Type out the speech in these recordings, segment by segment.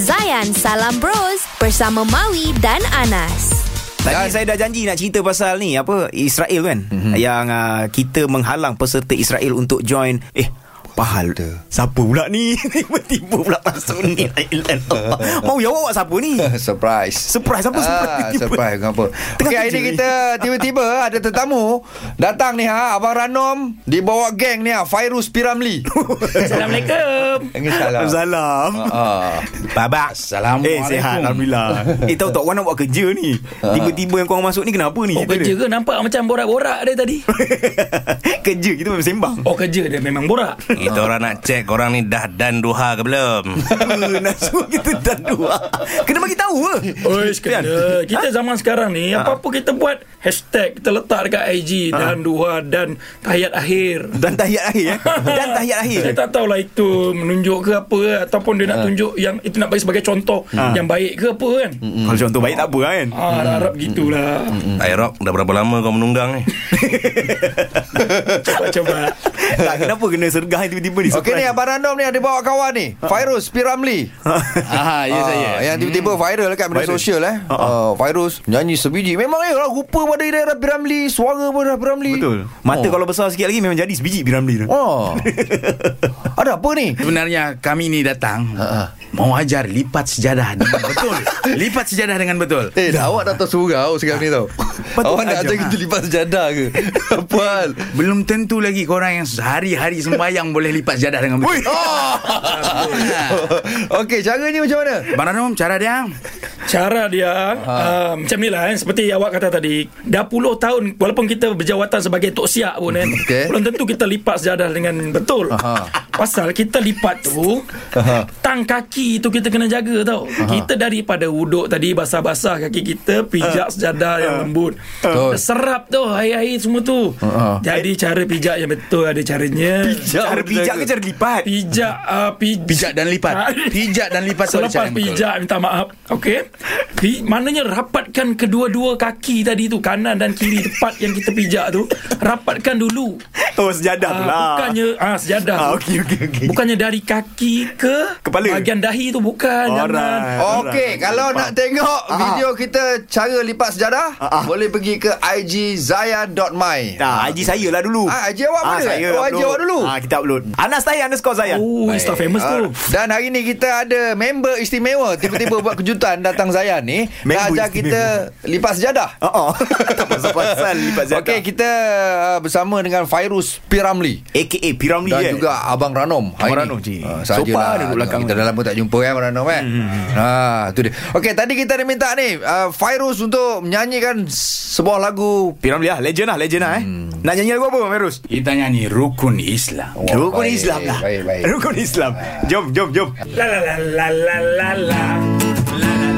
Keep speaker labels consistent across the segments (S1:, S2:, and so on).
S1: Zayan Salam Bros bersama Maui dan Anas.
S2: Tadi saya dah janji nak cerita pasal ni apa Israel kan
S3: Mhm.
S2: mm-hmm. yang uh, kita menghalang peserta Israel untuk join eh Pahal Siapa pula ni Tiba-tiba pula masuk ni Thailand Allah. Mau ya awak siapa ni
S3: Surprise
S2: Surprise apa surprise
S3: Ah, surprise kenapa
S2: Tengah
S3: Okey hari
S2: kerja
S3: ni
S2: ni.
S3: kita Tiba-tiba ada tetamu Datang ni ha Abang Ranom Dibawa geng ni ha Fairuz Piramli
S4: Assalamualaikum.
S3: Salam
S2: Salam
S3: Ah.
S2: Babak
S3: Assalamualaikum. Ah.
S2: Eh sihat Alhamdulillah Eh tahu tak Orang nak buat kerja ni Tiba-tiba yang korang masuk ni Kenapa ni
S4: Oh
S2: Cerita
S4: kerja
S2: dia.
S4: ke nampak macam borak-borak dia tadi?
S2: Kerja kita memang sembang
S4: Oh kerja dia memang borak.
S5: Kita orang nak check Korang ni dah dan duha ke belum
S2: Eh, Nak suruh kita dah dua Kena bagi tahu ke Kan?
S4: Oish kena Kita
S2: Ha?
S4: zaman sekarang ni Apa-apa kita buat Hashtag Kita letak dekat IG
S2: Ha.
S4: Dan duha Dan tahiyat akhir
S2: Dan tahiyat akhir eh? Dan tahiyat akhir Ha.
S4: Saya tak tahulah itu Menunjuk ke apa ke, Ataupun dia nak tunjuk Yang itu nak bagi sebagai contoh Yang baik ke apa kan
S2: Kalau contoh baik tak apa kan
S4: Ah, harap-harap gitulah
S5: Hey Rock Dah berapa lama kau menunggang ni
S4: Coba-coba
S2: Tak kenapa kena sergah tiba-tiba ni
S3: Okey ni Abang Random ni ada bawa kawan ni
S2: Ha.
S3: Fairuz Piramli Ah,
S5: Ah,
S3: Yang tiba-tiba
S2: hmm.
S3: viral kat media
S2: Viral.
S3: sosial eh
S2: ha.
S3: uh, Fairuz nyanyi sebiji Memang eh orang rupa pada Hidayah Piramli Suara pada Piramli
S2: Betul Mata oh. kalau besar sikit lagi Memang jadi sebiji Piramli tu oh.
S3: Oh. Ada apa ni?
S6: Sebenarnya kami ni datang uh mau ajar lipat sejadah dengan betul. lipat sejadah dengan betul.
S3: Eh, dah awak dah tersurau sekarang ni tau.
S2: Patut
S3: awak nak
S2: ajar.
S3: ajar kita lipat sejadah ke? apa hal?
S6: Belum tentu lagi korang yang sehari-hari sembahyang boleh lipat sejadah dengan betul. Oh.
S3: Okey, caranya macam mana?
S6: Abang Ranum, cara dia
S4: Cara dia
S3: Ha.
S4: uh, Macam ni lah kan Seperti awak kata tadi Dah puluh tahun Walaupun kita berjawatan sebagai Tok Siak pun kan
S3: Okey.
S4: Belum tentu kita lipat sejadah dengan betul
S3: Aha.
S4: Pasal kita lipat tu Tang kaki tu kita kena jaga tau Kita daripada wuduk tadi Basah-basah kaki kita Pijak sejadah yang lembut
S3: Betul.
S4: Serap tu Air-air semua tu
S3: Aha.
S4: Jadi cara pijak yang betul Ada caranya
S2: Cara pijak ke cara lipat
S4: Pijak uh, pij- Ah.
S6: pijak dan lipat. Pijak dan lipat tu ada cara
S4: Selepas
S6: yang betul.
S4: pijak minta maaf Okey Pi, Maknanya rapatkan kedua-dua kaki tadi tu Kanan dan kiri tempat yang kita pijak tu Rapatkan dulu
S2: Oh sejadah
S4: Ah,
S2: pula
S4: Bukannya ah, Sejadah
S2: ah,
S4: tu.
S2: Okey okey okey
S4: Bukannya dari kaki ke
S2: Kepala.
S4: Bahagian dahi tu bukan Jangan
S2: Alright,
S3: Okey,
S2: alright.
S3: kalau nak tengok video kita cara lipat sejadah,
S2: Ah, ah.
S3: boleh pergi ke IG zaya.my.
S2: Dah, IG saya lah dulu.
S3: Ah, IG awak mana?
S2: saya
S3: Oh, IG
S2: upload.
S3: awak dulu.
S2: Ah, kita upload. Anas saya underscore saya.
S4: Oh Insta famous tu
S3: Dan hari ni kita ada member istimewa Tiba-tiba buat kejutan datang Zayan ni Nak
S2: Member
S3: ajar kita lipat sejadah
S2: Oh, oh. tak pasal-pasal lipat zakat.
S3: Okey, kita uh, bersama dengan Fairuz Piramli
S2: AKA Piramli
S3: dan
S2: eh.
S3: juga Abang Ranom hari
S2: Abang
S3: ni.
S2: Ranom, cik.
S3: Ah,
S2: Sopan
S3: sajalah.
S2: duduk belakang Hmm,
S3: Kita
S2: ni.
S3: dah lama tak jumpa kan Abang Ranom eh ah, tu dia Okey tadi kita ada minta ni uh, Fairuz untuk menyanyikan sebuah lagu
S2: Piramli lah, legend lah, legend lah eh. Nak nyanyi lagu apa, Merus?
S6: Kita nyanyi rukun Islam.
S3: Hmm. Wah,
S2: Rukun
S3: baik,
S2: Islam lah.
S3: baik, baik.
S2: Rukun Islam. Jom, jom, jom.
S4: La la la la la la la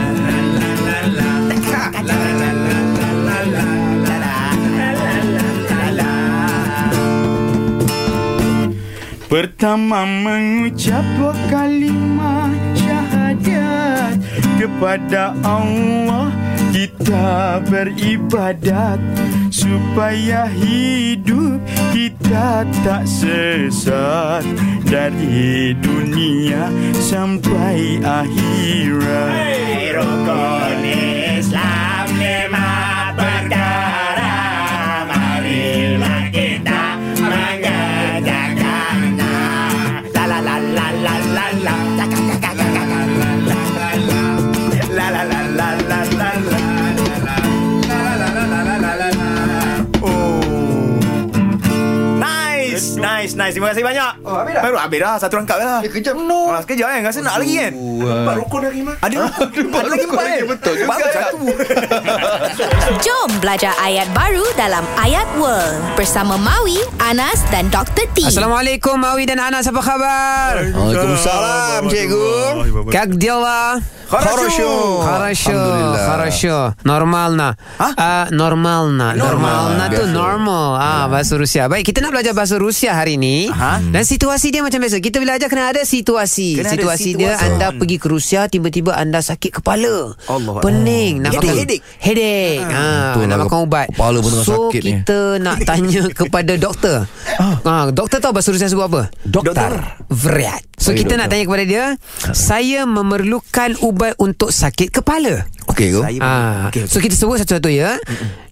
S6: Pertama mengucap dua kalimat syahadat Kepada Allah kita beribadat Supaya hidup kita tak sesat Dari dunia sampai akhirat Rukun Islam lima perkara Marilah kita mengerjakannya La la la la la la la La la la la la la la La la la la la la la
S2: Nice, nice, nice. Terima kasih banyak.
S3: Oh, habis dah?
S2: Baru habis dah. Satu rangkap dah.
S3: Eh, kejap no
S2: Ah, sekejap kan Rasa nak lagi kan Empat rukun lagi mah Ada Ada lagi
S3: rukun
S2: empat
S3: lagi,
S2: kan?
S3: betul juga.
S2: Baru satu
S1: Jom belajar ayat baru dalam Ayat World bersama Maui, Anas dan Dr. T.
S7: Assalamualaikum Mawi dan Anas apa khabar?
S3: Waalaikumsalam cikgu
S7: Как дела?
S2: Хорошо.
S7: Хорошо,
S3: Alhamdulillah. Ha?
S7: хорошо. Нормально. А? Нормально. Нормально
S3: Biasa.
S7: tu
S3: Ya.
S7: normal. Ah, bahasa Rusia. Baik, kita nak belajar bahasa Rusia hari ni.
S2: Aha.
S7: Dan situasi dia macam biasa. Kita belajar kena ada situasi.
S2: Kena ada
S7: situasi dia
S2: situasi.
S7: anda pergi ke Rusia tiba-tiba anda sakit kepala.
S2: Allah.
S7: Pening, nak
S2: Headache,
S7: makan
S2: headache.
S7: Headache. Ha,
S3: Betul
S7: nak
S3: lah,
S7: makan ubat.
S3: kepala pun tengah
S7: so
S3: sakit ni.
S7: kita nak tanya kepada doktor.
S3: Ah.
S7: Ha, doktor tahu bahasa Rusia sebut apa?
S2: Doktor.
S7: Vriat. So
S3: Okey, doktor. Ha.
S7: kita nak tanya kepada dia, saya memerlukan ubat untuk sakit kepala.
S3: Okey go.
S2: Saya-
S7: Ah,
S2: Okey, okey.
S7: okay, So kita sebut satu-satu ya.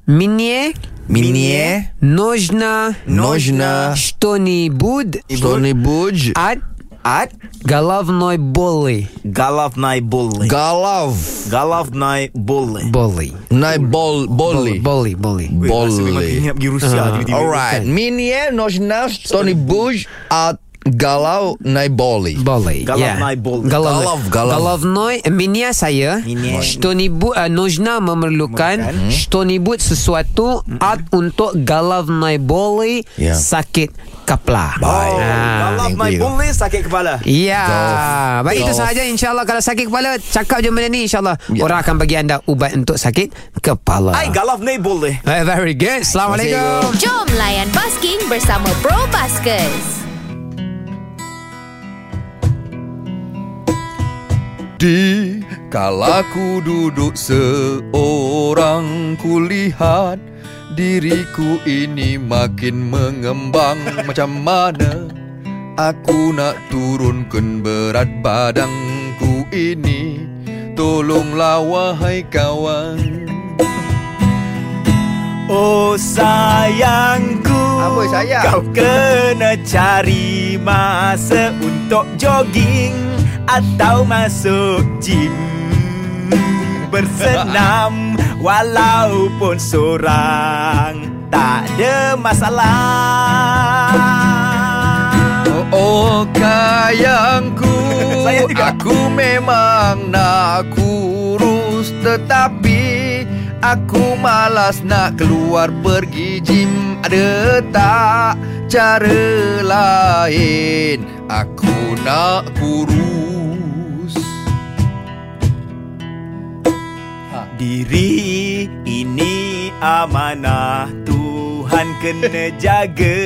S7: Minye
S3: Minie
S7: Nojna
S3: Nojna
S7: Shtoni Bud
S3: Stony Buj
S7: At
S2: At
S7: Головной боли
S2: Головной боли.
S3: Galav
S2: Головной боли.
S7: Боли
S3: Nai Bol Boli
S7: Боли Боли
S2: Weh, rasa memang
S3: Boli
S2: Ingat pergi
S3: Uh-huh.
S2: Rusia tiba-tiba.
S3: Alright eh, Minie Nojna Stony Buj At Galau Nai Boli
S7: Боли
S2: Головной боли.
S7: Голов,
S3: Голов- голов.
S7: Головной Меня saya
S2: Меня.
S7: Что-нибудь а, Нужно memerlukan Что-нибудь sesuatu At untuk головной боли
S3: Ya.
S7: Sakit kepala
S2: Oh,
S7: Ah.
S2: Головной
S3: Thank you.
S2: боли sakit kepala.
S7: Ya Baik itu
S3: Golf.
S7: sahaja insyaAllah Kalau sakit kepala Cakap je benda ni insyaAllah
S3: Ya.
S7: Orang akan bagi anda Ubat untuk sakit kepala
S2: Ai головной боли.
S7: Eh, Very good Assalamualaikum
S1: Jom layan basking bersama Pro Baskers.
S3: Di kala ku duduk seorang ku lihat diriku ini makin mengembang macam mana aku nak turunkan berat badanku ini tolonglah wahai kawan
S2: Oh sayangku
S3: Apa, sayang?
S2: Kau kena cari masa untuk jogging Atau masuk gym Bersenam walaupun seorang Tak ada masalah
S3: Oh, oh kayangku
S2: Saya juga.
S3: Aku memang nak kurus Tetapi Aku malas nak keluar pergi gym Ada tak cara lain Aku nak kurus
S2: Diri ini amanah Tuhan kena jaga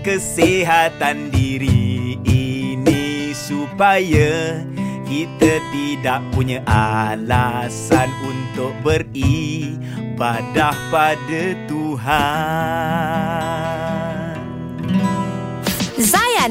S2: kesihatan diri ini Supaya kita tidak punya alasan untuk beribadah pada Tuhan
S1: Zayan